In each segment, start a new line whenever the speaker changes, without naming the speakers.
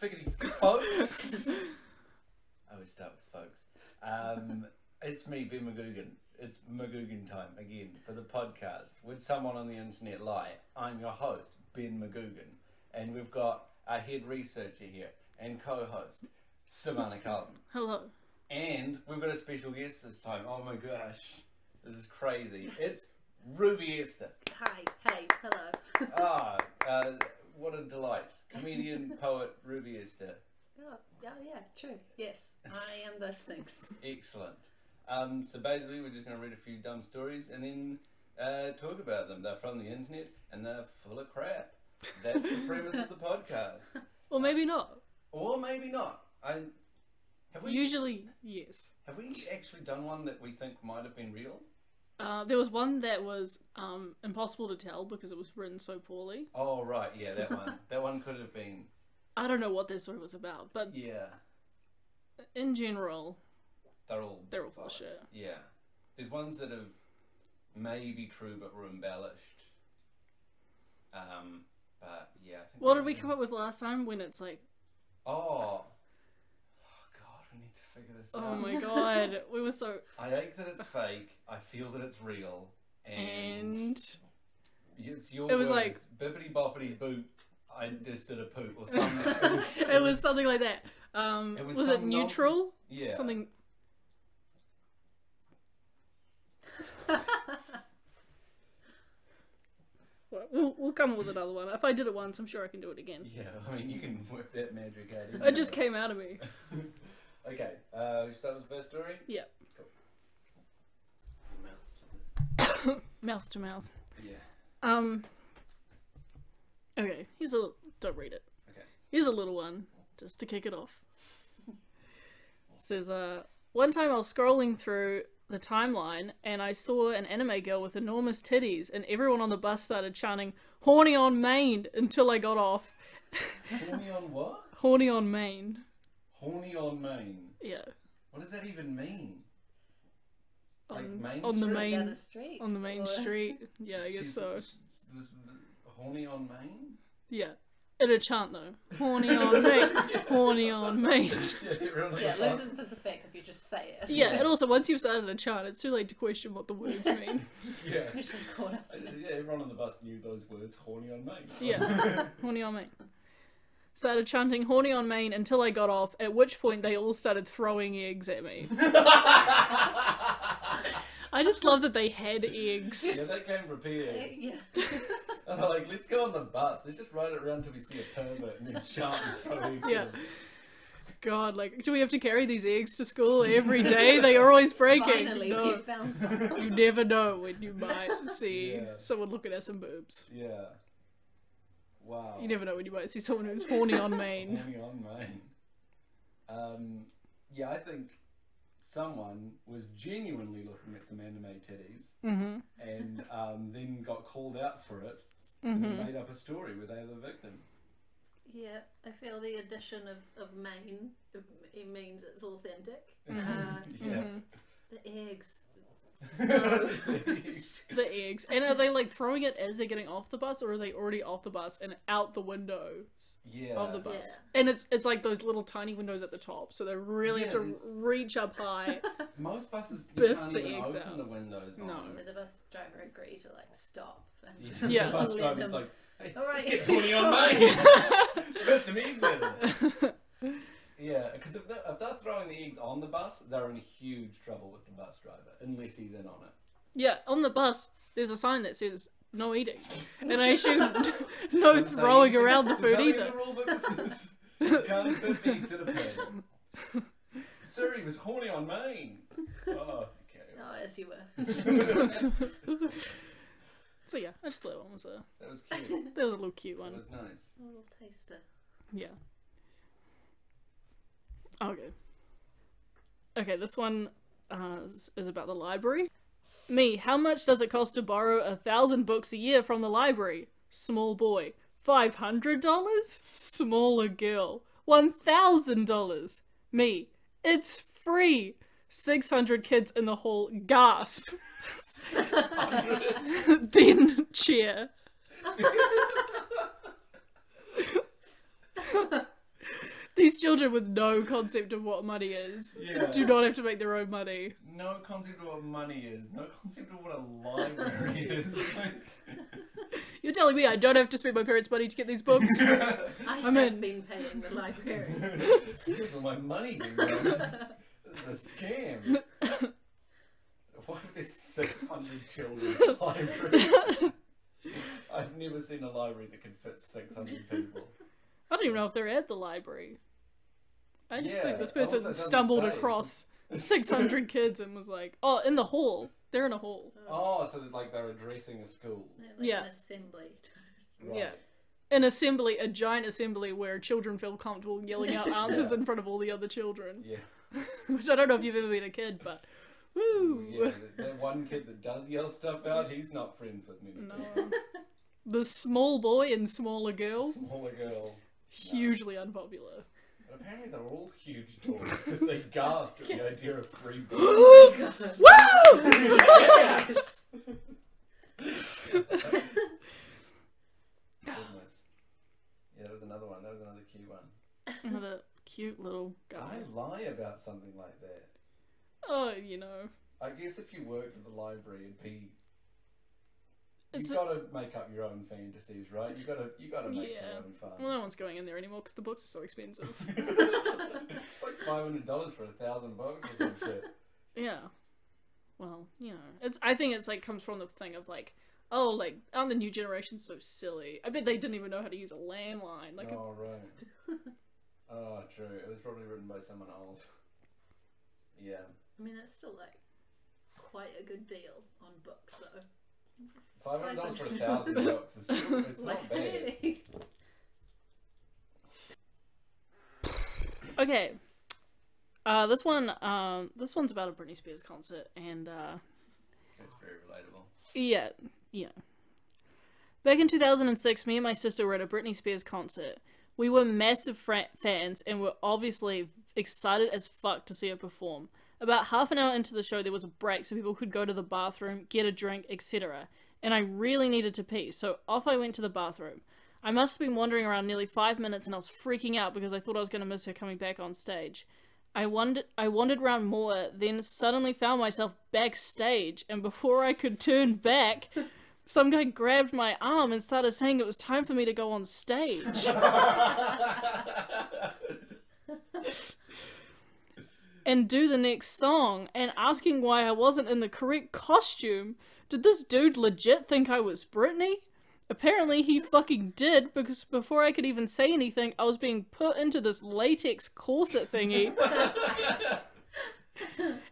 figgity folks. I always start with folks. Um, it's me, Ben McGugan. It's McGugan time again for the podcast. Would someone on the internet lie? I'm your host, Ben McGugan. And we've got our head researcher here and co host, Savannah Carlton.
Hello.
And we've got a special guest this time. Oh my gosh, this is crazy. It's Ruby Esther.
Hi, hey, hello.
Ah, uh, what a delight. Comedian, poet, Ruby Esther.
oh, yeah, yeah, true. Yes, I am those things.
Excellent. Um, so basically, we're just going to read a few dumb stories and then uh, talk about them. They're from the internet and they're full of crap. That's the premise of the podcast.
Or maybe not.
Or maybe not. I have we
Usually, yes.
have we actually done one that we think might have been real?
Uh, there was one that was um, impossible to tell because it was written so poorly.
Oh right, yeah, that one. that one could have been.
I don't know what that story was about, but
Yeah,
in general,
they're all
They're all full of
bollocks.
shit.
Yeah, there's ones that have maybe true but were embellished. Um, but yeah, I think
what did we come up with last time when it's like,
Oh. Oh god, we need to figure this
oh
out.
my god, we were so.
I ache that it's fake, I feel that it's real, and,
And.
it's your
It was
words. bibbity boppity boop. I just did a poop or something. It was-
it was something like that. Um,
It was
was it
some nonsense-
neutral?
yeah.
Something. Well, We'll, we'll come up with another one. If I did it once, I'm sure I can do it again.
Yeah, I mean you can work that magic out.
It just
anyway.
came out of me.
okay, uh, we start with the first story.
Yeah.
Cool.
Mouth to mouth.
Yeah.
Um. Okay, here's a. Don't read it.
Okay.
Here's a little one, just to kick it off. Says, uh, one time I was scrolling through the timeline and I saw an anime girl with enormous titties, and everyone on the bus started chanting, Horny on Maine, until I got off.
Horny on what?
Horny on Maine.
Horny on Maine.
Yeah.
What does that even mean? Like
On,
Main
on the
Street?
Down
main
the street.
on the main
or-
street. Yeah, I guess
She's-
so.
she's- this- the- horny on Maine?
Yeah. It'd chant though. Horny on Maine. Horny on Maine.
yeah, everyone on
Yeah,
the
it
bus.
loses its effect if you just say it.
Yeah, and also once you've started a chant, it's too late to question what the words mean.
Yeah.
You should call it.
Uh, Yeah, everyone on the bus knew those words, horny on Maine.
Yeah. horny on Maine. Started chanting horny on Maine until I got off, at which point they all started throwing eggs at me. I just love that they had eggs.
yeah, they came prepared.
Yeah.
And they're like, let's go on the bus. Let's just ride it around till we see a pervert and then chant and throw eggs at
Yeah.
him.
God, like, do we have to carry these eggs to school every day? They are always breaking.
Finally,
no,
you found something.
you never know when you might see
Yeah.
someone looking at some boobs.
Yeah. Wow. Oh.
You never know when you might see someone who's horny on Maine.
Horny on Maine. Um, yeah, I think someone was genuinely looking at some anime titties
Mm-hmm.
and um, then got called out for it and then
Mm-hmm.
made up a story where they were the victim.
Yeah, I feel the addition of, of Maine, it means it's authentic.
Mm-hmm.
Uh,
yeah.
the eggs.
The eggs. And are they like throwing it as they're getting off the bus or are they already off the bus and out the windows?
yeah.
of the bus. And it's it's like those little tiny windows at the top, so they really
Yeah,
have to
there's-
reach up high.
Most buses you
Biff
can't
the
even
eggs
open
out.
the windows.
No.
on
Did
them.
the bus driver agree to like stop? And
Yeah.
The bus
let
driver's
them-
like, hey,
All
let's
right.
get 20 on
Sorry.
Maine. There's some eggs in it. Yeah, because if, they're- if they're throwing the eggs on the bus, they're in huge trouble with the bus driver, unless he's in on it.
yeah, on the bus there's a sign that says no eating. And I assume no
Don't say
throwing
anything.
around the
There's
food
nothing in
either.
the rule book that says you can't put eggs in a pan. Sir, he was horny on Maine. Oh, okay.
Oh, as you
Mm-hmm.
were.
So yeah, I just thought that one was a
That was cute.
that was a little cute
That
one.
was nice.
A little taster.
Yeah. Okay. Okay, this one uh, is- is about the library. Me, how much does it cost to borrow a thousand books a year from the library? Small boy, five hundred dollars. Smaller girl, one thousand dollars. Me, it's free. Six hundred kids in the hall gasp. then cheer. children with no concept of what money is
Yeah.
do not have to make their own money.
No concept of what money is. No concept of what a library is.
You're telling me I don't have to spend my parents' money to get these books?
I
I'm
have
in.
been paying the librarian.
Here's all my money. you guys. This is a scam. Why are there 600 children in a library? I've never seen a library that can fit 600 people.
I don't even know if they're at the library. I just
Yeah,
think this
I also
person
don't
stumbled
say.
across 600 kids and was like, oh, in the hall. They're in a hall.
Oh, so that, like they're addressing a school.
Like
Yeah.
an assembly.
Right.
Yeah. An assembly, a giant assembly where children feel comfortable yelling out answers in front of all the other children.
Yeah.
Which I don't know if you've ever been a kid, but woo!
Oh, yeah that, that one kid that does yell stuff out, he's not friends with many
No.
people.
the small boy and smaller girl,
Smaller girl.
hugely unpopular.
But apparently they're all huge dogs because they gasped at the idea of free books.
Woo!
Yes.
Goodness. Yeah, that was another one. That was another cute one.
Another cute little
I
guy.
lie about something like that.
Oh, you know.
I guess if you worked at the library, it'd be.
It's
You've
a-
got to make up your own fantasies, right? You got to you got to make
Yeah.
your own fun.
Well, no one's going in there anymore because the books are so expensive.
It's like five hundred dollars for a thousand bucks or some shit.
Yeah. Well, you know, it's. I think it's like comes from the thing of like, oh, like, aren't the new generation so silly? I bet they didn't even know how to use a landline. Like,
oh right. Oh, true. It was probably written by someone old. Yeah,
I mean, that's still like quite a good deal on books, though.
five hundred dollars for a thousand bucks is still, it's not
like,
bad.
hey.
okay. Uh, this one, um, this one's about a Britney Spears concert, and uh,
It's very relatable.
Yeah, yeah. Back in 2006, me and my sister were at a Britney Spears concert. We were massive fra- fans and were obviously excited as fuck to see her perform. About half an hour into the show, there was a break so people could go to the bathroom, get a drink, etc. And I really needed to pee, so off I went to the bathroom. I must have been wandering around nearly five minutes and I was freaking out because I thought I was going to miss her coming back on stage. I wandered, I wandered round more, then suddenly found myself backstage, and before I could turn back, some guy grabbed my arm and started saying it was time for me to go on stage. and do the next song and asking why I wasn't in the correct costume. Did this dude legit think I was Britney? Apparently he fucking did because before I could even say anything, I was being put into this latex corset thingy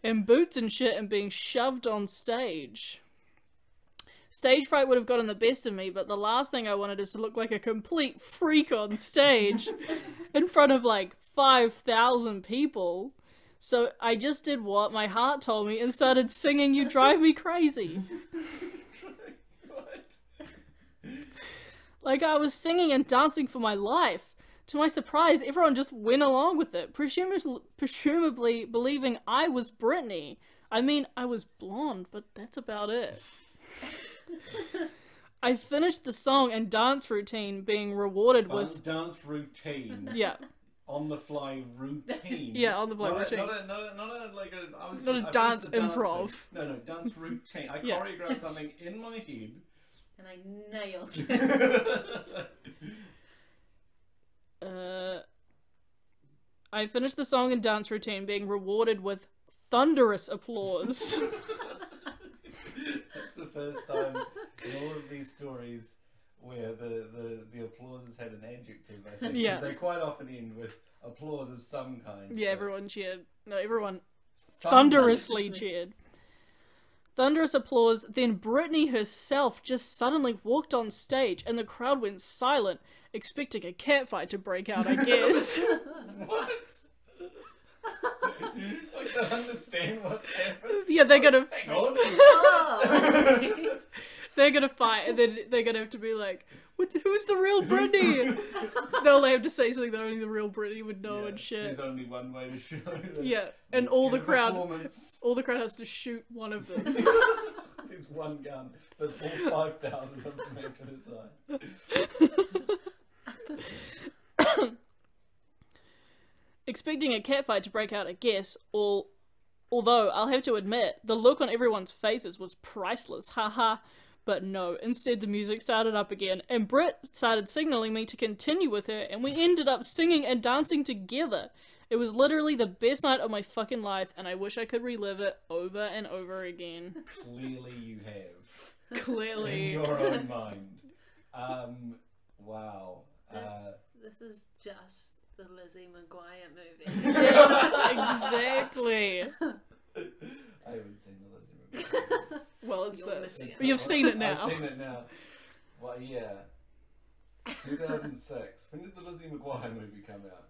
and boots and shit and being shoved on stage. Stage fright would have gotten the best of me, but the last thing I wanted is to look like a complete freak on stage in front of like 5,000 people. So I just did what my heart told me and started singing You Drive Me Crazy.
what?
Like I was singing and dancing for my life. To my surprise, everyone just went along with it, presumably, presumably believing I was Britney. I mean, I was blonde, but that's about it. I finished the song and dance routine being rewarded with.
Bun- dance routine.
Yeah,
on the fly routine.
Yeah, on the fly
Not a-
routine.
Not a, not a, not a, like a, I was
Not a
I was
dance
just dancing.
improv.
No, no, dance routine. I
Yeah.
choreographed something in my head.
and I nailed it.
uh, I finished the song and dance routine being rewarded with thunderous applause.
That's the first time in all of these stories where the, the, the applause has had an adjective, I think. 'cause
Yeah.
They quite often end with applause of some kind.
yeah, everyone cheered. No, everyone
Thunder-
thunderously cheered. Thunderous applause, then Britney herself just suddenly walked on stage and the crowd went silent, expecting a catfight to break out, I guess.
What? I don't understand what's happened.
yeah, they're gonna
Hang on.
oh,
they're gonna fight and then they're gonna have to be like, "What- who's the real Britney? They'll have to say something that only the real Britney would know
Yeah,
and shit.
There's only one way to show that.
Yeah. And
it's
all the
good
crowd
performance.
all the crowd has to shoot one of them.
There's one gun, but all 5,000 of them make to the side.
expecting a catfight to break out, I guess, all although I'll have to admit, the look on everyone's faces was priceless, haha. But no, instead the music started up again, and Britt started signaling me to continue with her, and we ended up singing and dancing together. It was literally the best night of my fucking life, and I wish I could relive it over and over again.
Clearly, you have in
Clearly.
your own mind. Um, wow.
This,
Uh,
this is just the Lizzie McGuire movie.
Yeah, exactly.
Uh, I haven't seen the Lizzie McGuire.
Well, it's
You're
this.
missing
But You've seen it
I've
now.
seen it now. What year? 2006. When did the Lizzie McGuire movie come out?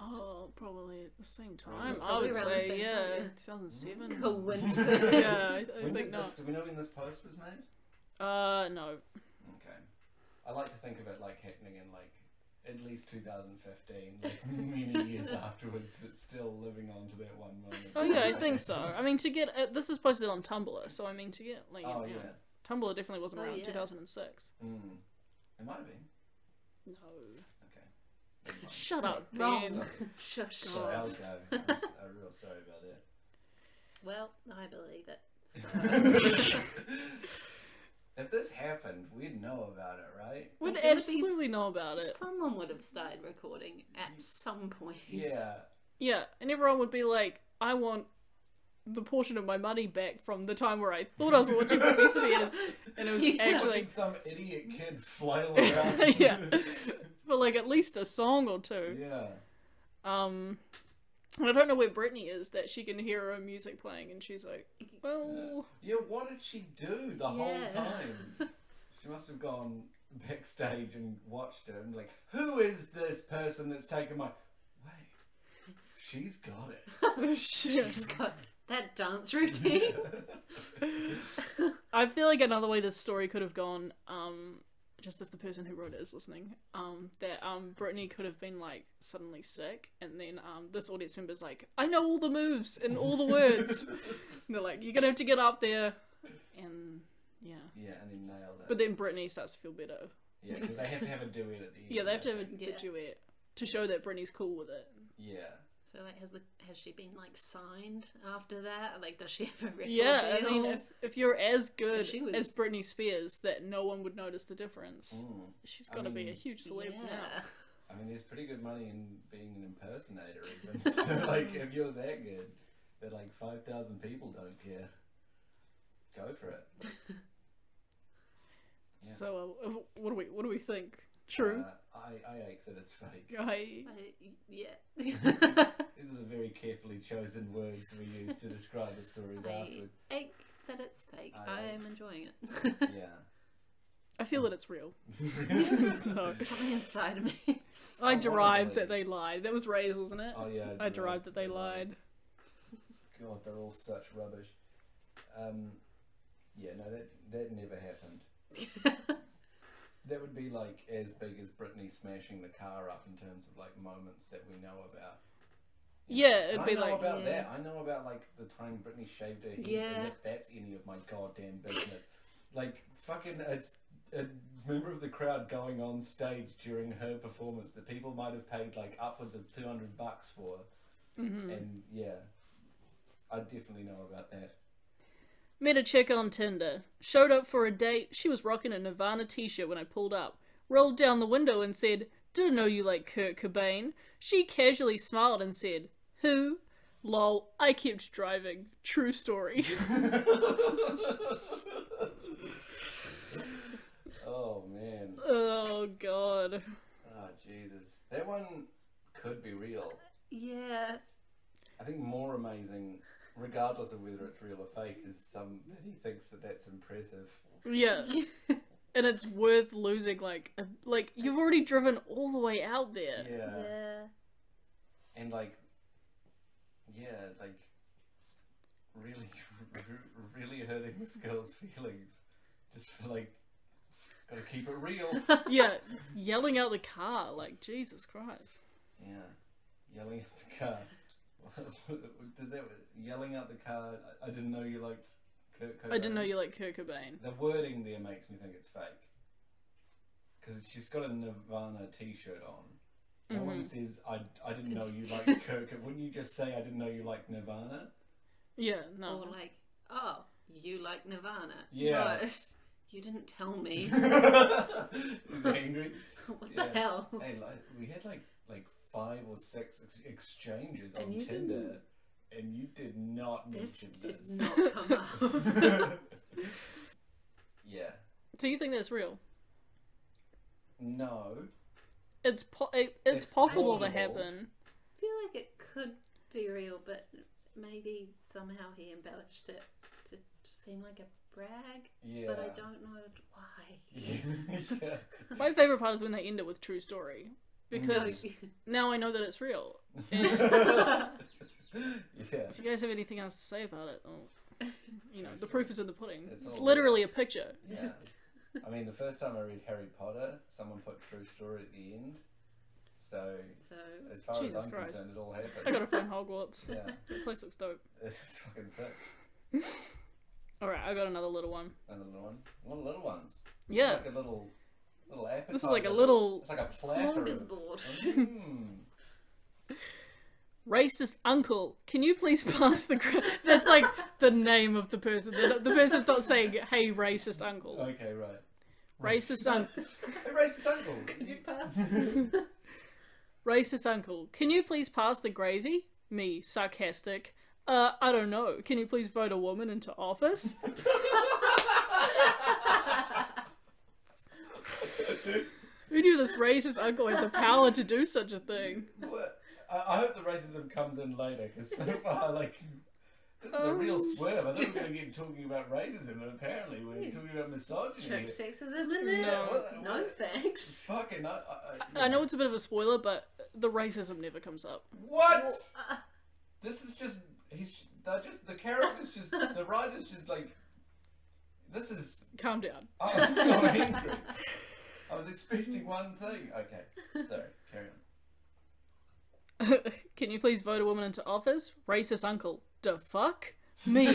Oh, probably at the same
time.
time.
Probably
I would
around the same
say, yeah,
time, yeah.
2007.
Coincidence.
yeah, I, I
When
think
did
not.
this, do we know when this post was made?
Uh, no.
Okay. I like to think of it like happening in like at least 2015, like many years afterwards, but still living on to that one moment.
Oh yeah, I think so. I mean, to get uh, this is posted on Tumblr, so I mean to get like you
Oh
know,
yeah.
Tumblr definitely wasn't
Oh,
around
yeah.
2006.
Mm. It might have been.
No.
It might.
Shut
So
up,
wrong.
Ben.
Sorry.
Shush.
So I'll go. I'm, s- I'm real sorry about that.
Well, I believe it. So.
if this happened, we'd know about it, right?
Would
It would be
absolutely know about it.
Someone would have started recording at some point.
Yeah.
Yeah, and everyone would be like, "I want the portion of my money back from the time where I thought I was watching Britney Spears, and it was
Yeah.
actually
Watching some idiot kid flail around.
Yeah. for like at least a song or two."
yeah.
Um, and I don't know where Britney is that she can hear her own music playing, and she's like, "Well."
Yeah, what did she do the whole
Yeah.
time? She must have gone backstage and watched her and like, who is this person that's taken my wait? She's got it.
Shit.
Just got that dance routine.
I feel like another way this story could have gone, um, just if the person who wrote it is listening, um, that um, Brittany could have been like suddenly sick, and then um, this audience member's like, I know all the moves and all the words. and they're like, you're gonna have to get up there, and yeah.
Yeah, and then nailed it.
But then Brittany starts to feel better.
yeah, because they have to have a duet at the end.
Yeah, they have to have a
don't
the
Yeah.
duet to show that Brittany's cool with it.
Yeah.
so, like, has the has she been like signed after that? Like, does she have a record
yeah,
deal?
I mean, if, if you're as good
she
as
was-
Britney Spears, that no one would notice the difference.
Mm.
She's
I
got to be a
mean-
huge celeb now.
yeah.
I mean, there's pretty good money in being an impersonator, even. so, like, if you're that good, that like 5,000 people don't care, go for it. Yeah.
So uh, w- what do we what do we think? True.
Uh, I, I ache that it's fake.
I
I- yeah.
These are the very carefully chosen words we use to describe the stories
I
afterwards.
ache that it's fake.
I-
I am enjoying it.
I feel that it's real.
Yeah.
No.
Something inside of me.
I
Oh,
derived
wonderfully.
that they lied. That was Ray's, wasn't it?
oh, yeah.
I derived that they lied.
God, they're all such rubbish. Um, yeah, no, that, that never happened. That would be like as big as Britney smashing the car up in terms of like moments that we know about.
Yeah,
And
it'd
I
be
know
like
about
Yeah.
that. I know about like the time Britney shaved her head.
Yeah.
As if that's any of my goddamn business. like fucking a, a member of the crowd going on stage during her performance that people might have paid like upwards of two hundred bucks for.
Mm-hmm.
And yeah, I definitely know about that.
met a chick on Tinder. Showed up for a date. She was rocking a Nirvana t-shirt when I pulled up. Rolled down the window and said, "Didn't know you like Kurt Cobain." She casually smiled and said, "Who?" Lol. I kept driving. True story.
oh man.
oh god.
Oh Jesus. That one could be real.
Yeah.
I think more amazing, regardless of whether it's real or fake, is some that he thinks that that's impressive.
Yeah. and it's worth losing like a, like you've already driven all the way out there.
Yeah.
and like, yeah, like, really, really hurting this girl's feelings, just for like, gotta keep it real.
Yeah. yelling out the car like Jesus Christ.
yeah, yelling at the car. Does that yelling out the car? I, I didn't know you liked. Kurt
I didn't know
Cobain."
you like Kurt Cobain.
The wording there makes me think it's fake. Because she's got a Nirvana t shirt on. No one
Mm-hmm.
says, I, I didn't know you liked Kirk. Wouldn't you just say, I didn't know you liked Nirvana?
Yeah, no.
Or like, oh, you like Nirvana.
Yeah.
But you didn't tell me.
Is he angry?
what
Yeah.
the hell?
Hey, like, we had like like five or six ex- exchanges on
And you
Tinder, and you did not
This
mention
did
this.
not come out.
yeah.
Do you think that's real?
No.
It's po- it, it's,
It's
possible to
plausible.
happen.
I feel like it could be real, but maybe somehow he embellished it to seem like a brag.
Yeah.
But I don't know why.
yeah.
My favorite part is when they end it with true story because now I know that it's real.
yeah.
If you guys have anything else to say about it, oh, you know, the proof is in the pudding.
It's
It's,
all-
literally a picture.
Yeah. I mean, the first time I read Harry Potter, someone put true story at the end. So,
so
as far
Jesus
as I'm
Christ.
concerned, it all
I
happened.
gotta find Hogwarts.
yeah.
The place looks dope.
It's fucking sick.
All right, I got another little one.
And the little one. What little ones?
Yeah,
Like a little, little appetizer.
this is like a little
It's like a platter. of-
smorgasbord.
Mm.
racist uncle. Can you please pass the? Gra-? That's like the name of the person. They're not- The person's not saying, "Hey, racist uncle."
Okay, right.
Racist uncle.
Hey, racist uncle.
Did you pass?
Racist uncle, can you please pass the gravy? Me, sarcastic. Uh, I don't know. Can you please vote a woman into office? Who knew this racist uncle had the power to do such a thing?
What? I, I hope the racism comes in later because so far, like, this is a real
Um.
swerve. I thought we were going to get talking about racism, but apparently we're talking about misogyny.
Check sexism in there?
Yeah, what-
No
what-
thanks.
Fucking. uh, I, I,
I know it's a bit of a spoiler, but the racism never comes up.
What?
Well, uh,
This is just. He's. They're just. The character's just. The writer's just like. This is.
Calm down.
I was so angry. I was expecting one thing. Okay. Sorry. Carry on.
Can you please vote a woman into office? Racist uncle. The fuck? Me.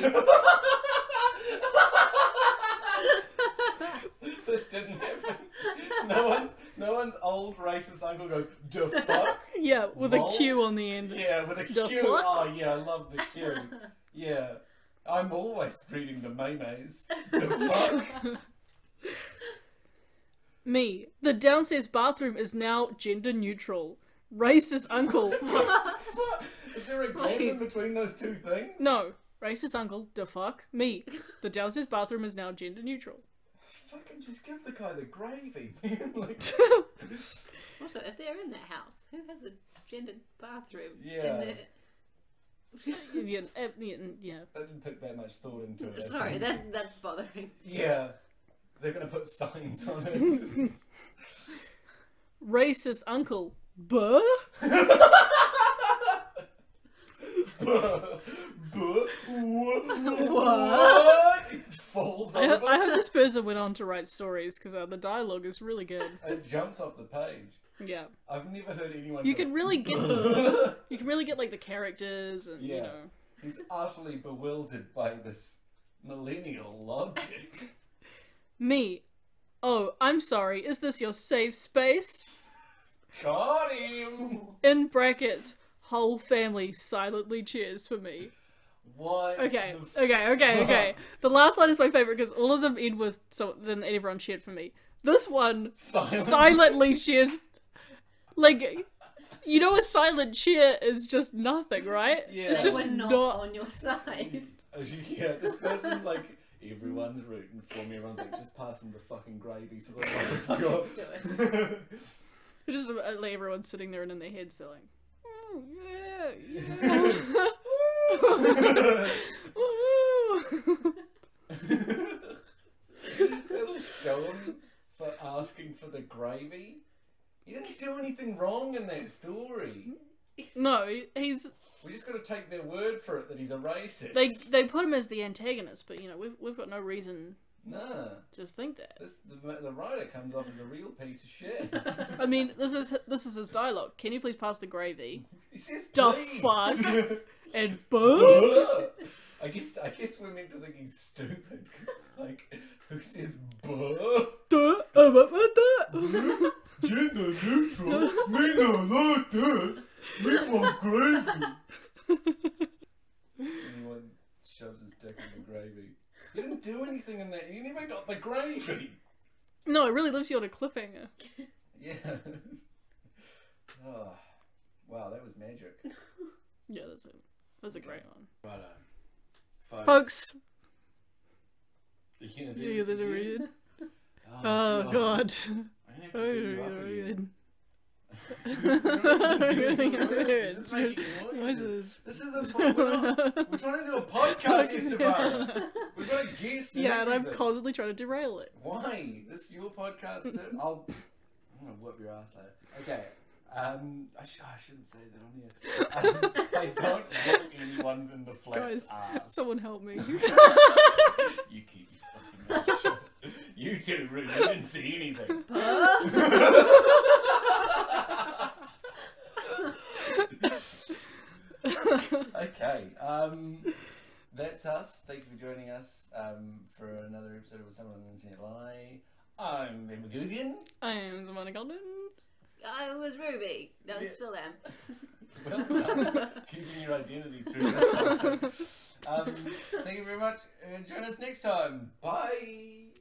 this didn't happen. No one's no one's old racist uncle goes duh fuck.
Yeah, with a
Lol.
Q on the end.
Yeah, with a
"Duh,
Q.
fuck?"
Oh yeah, I love the Q. Yeah, I'm always reading the maymays. The fuck.
Me. The downstairs bathroom is now gender neutral. Racist uncle.
What? Is there a gap in
Wait.
between those two things?
No. Racist uncle. The fuck? Me. The downstairs bathroom is now gender neutral.
Fucking just give the guy the gravy, man. Like,
also, if they're in that house, who has a gendered bathroom?
Yeah.
In there?
yeah, eh, yeah, yeah.
I didn't put that much thought into it. I
Sorry,
think.
that that's bothering.
Yeah, they're gonna put signs on it.
Racist uncle. Buh?
what? Falls
I, ho-
over.
I hope this person went on to write stories because uh, the dialogue is really good.
It jumps off the page.
Yeah,
I've never heard anyone.
you
go,
can really get
"Bleh."
you can really get like the characters and you
Yeah.
know.
He's utterly bewildered by this millennial logic.
Me, oh, I'm sorry. Is this your safe space?
Got him.
In brackets, whole family silently cheers for me.
What?
Okay,
the
okay, okay,
fuck?
okay. The last line is my favorite because all of them end with so then everyone cheered for me. This one
Silence.
silently cheers. Like, you know, a silent cheer is just nothing, right?
Yeah.
It's
They
just
were not,
not.
on your side.
As you hear, this person's like, everyone's rooting for me. Everyone's like, just pass him the fucking gravy for the love of God.
It's just uh, like everyone's sitting there and in their heads they're like, "Oh, yeah, yeah."
Little Sean for asking for the gravy. You didn't do anything wrong in that story.
no, he- he's
We just got to take their word for it that he's a racist.
they they put him as the antagonist, but you know we've we've got no reason
Nah.
to think that.
This, the, the writer comes off as a real piece of shit.
I mean, this is this is his dialogue. Can you please pass the gravy?
He says,
Da
"Please."
fuck. And boom.
I guess I guess we're meant to think he's stupid because like who says buh?
Duh, um, um, uh, duh.
Gender neutral? Me not like that. Me want gravy. Anyone shoves his dick in the gravy. You didn't do anything in that. You never got the gravy.
No, it really leaves you on a cliffhanger.
Yeah. oh, wow, that was magic.
Yeah, that's it. That's a great one.
Right on. Folks,
Folks,
you gonna do
yeah,
this
there's a
again?
read. Oh, God.
I'm gonna have
Oh,
to beat you up again.
It's
It's making noises.
Noises.
This is Oh, a po- we're, not, we're trying to do a podcast here, Sabara. We're going to guess.
Yeah, and I'm
everything.
constantly trying to derail it.
Why? This is your podcast. That I'll. I'm gonna whip your ass later. Okay. Um, I, sh- I shouldn't say that on here. Um, I don't whip anyone in the flat's
Guys.
ass.
Someone help me.
You keep your fucking mouth shut. You two, Ruben, you didn't see anything. okay. Um, that's us. Thank you for joining us um, for another episode of Someone on the Internet Lie. I'm Ben McGugan.
I am Zamana Golden.
I was Ruby. No, I
Yeah.
still am.
Well done. Keeping your identity through this. whole thing. um, thank you very much. And join us next time. Bye.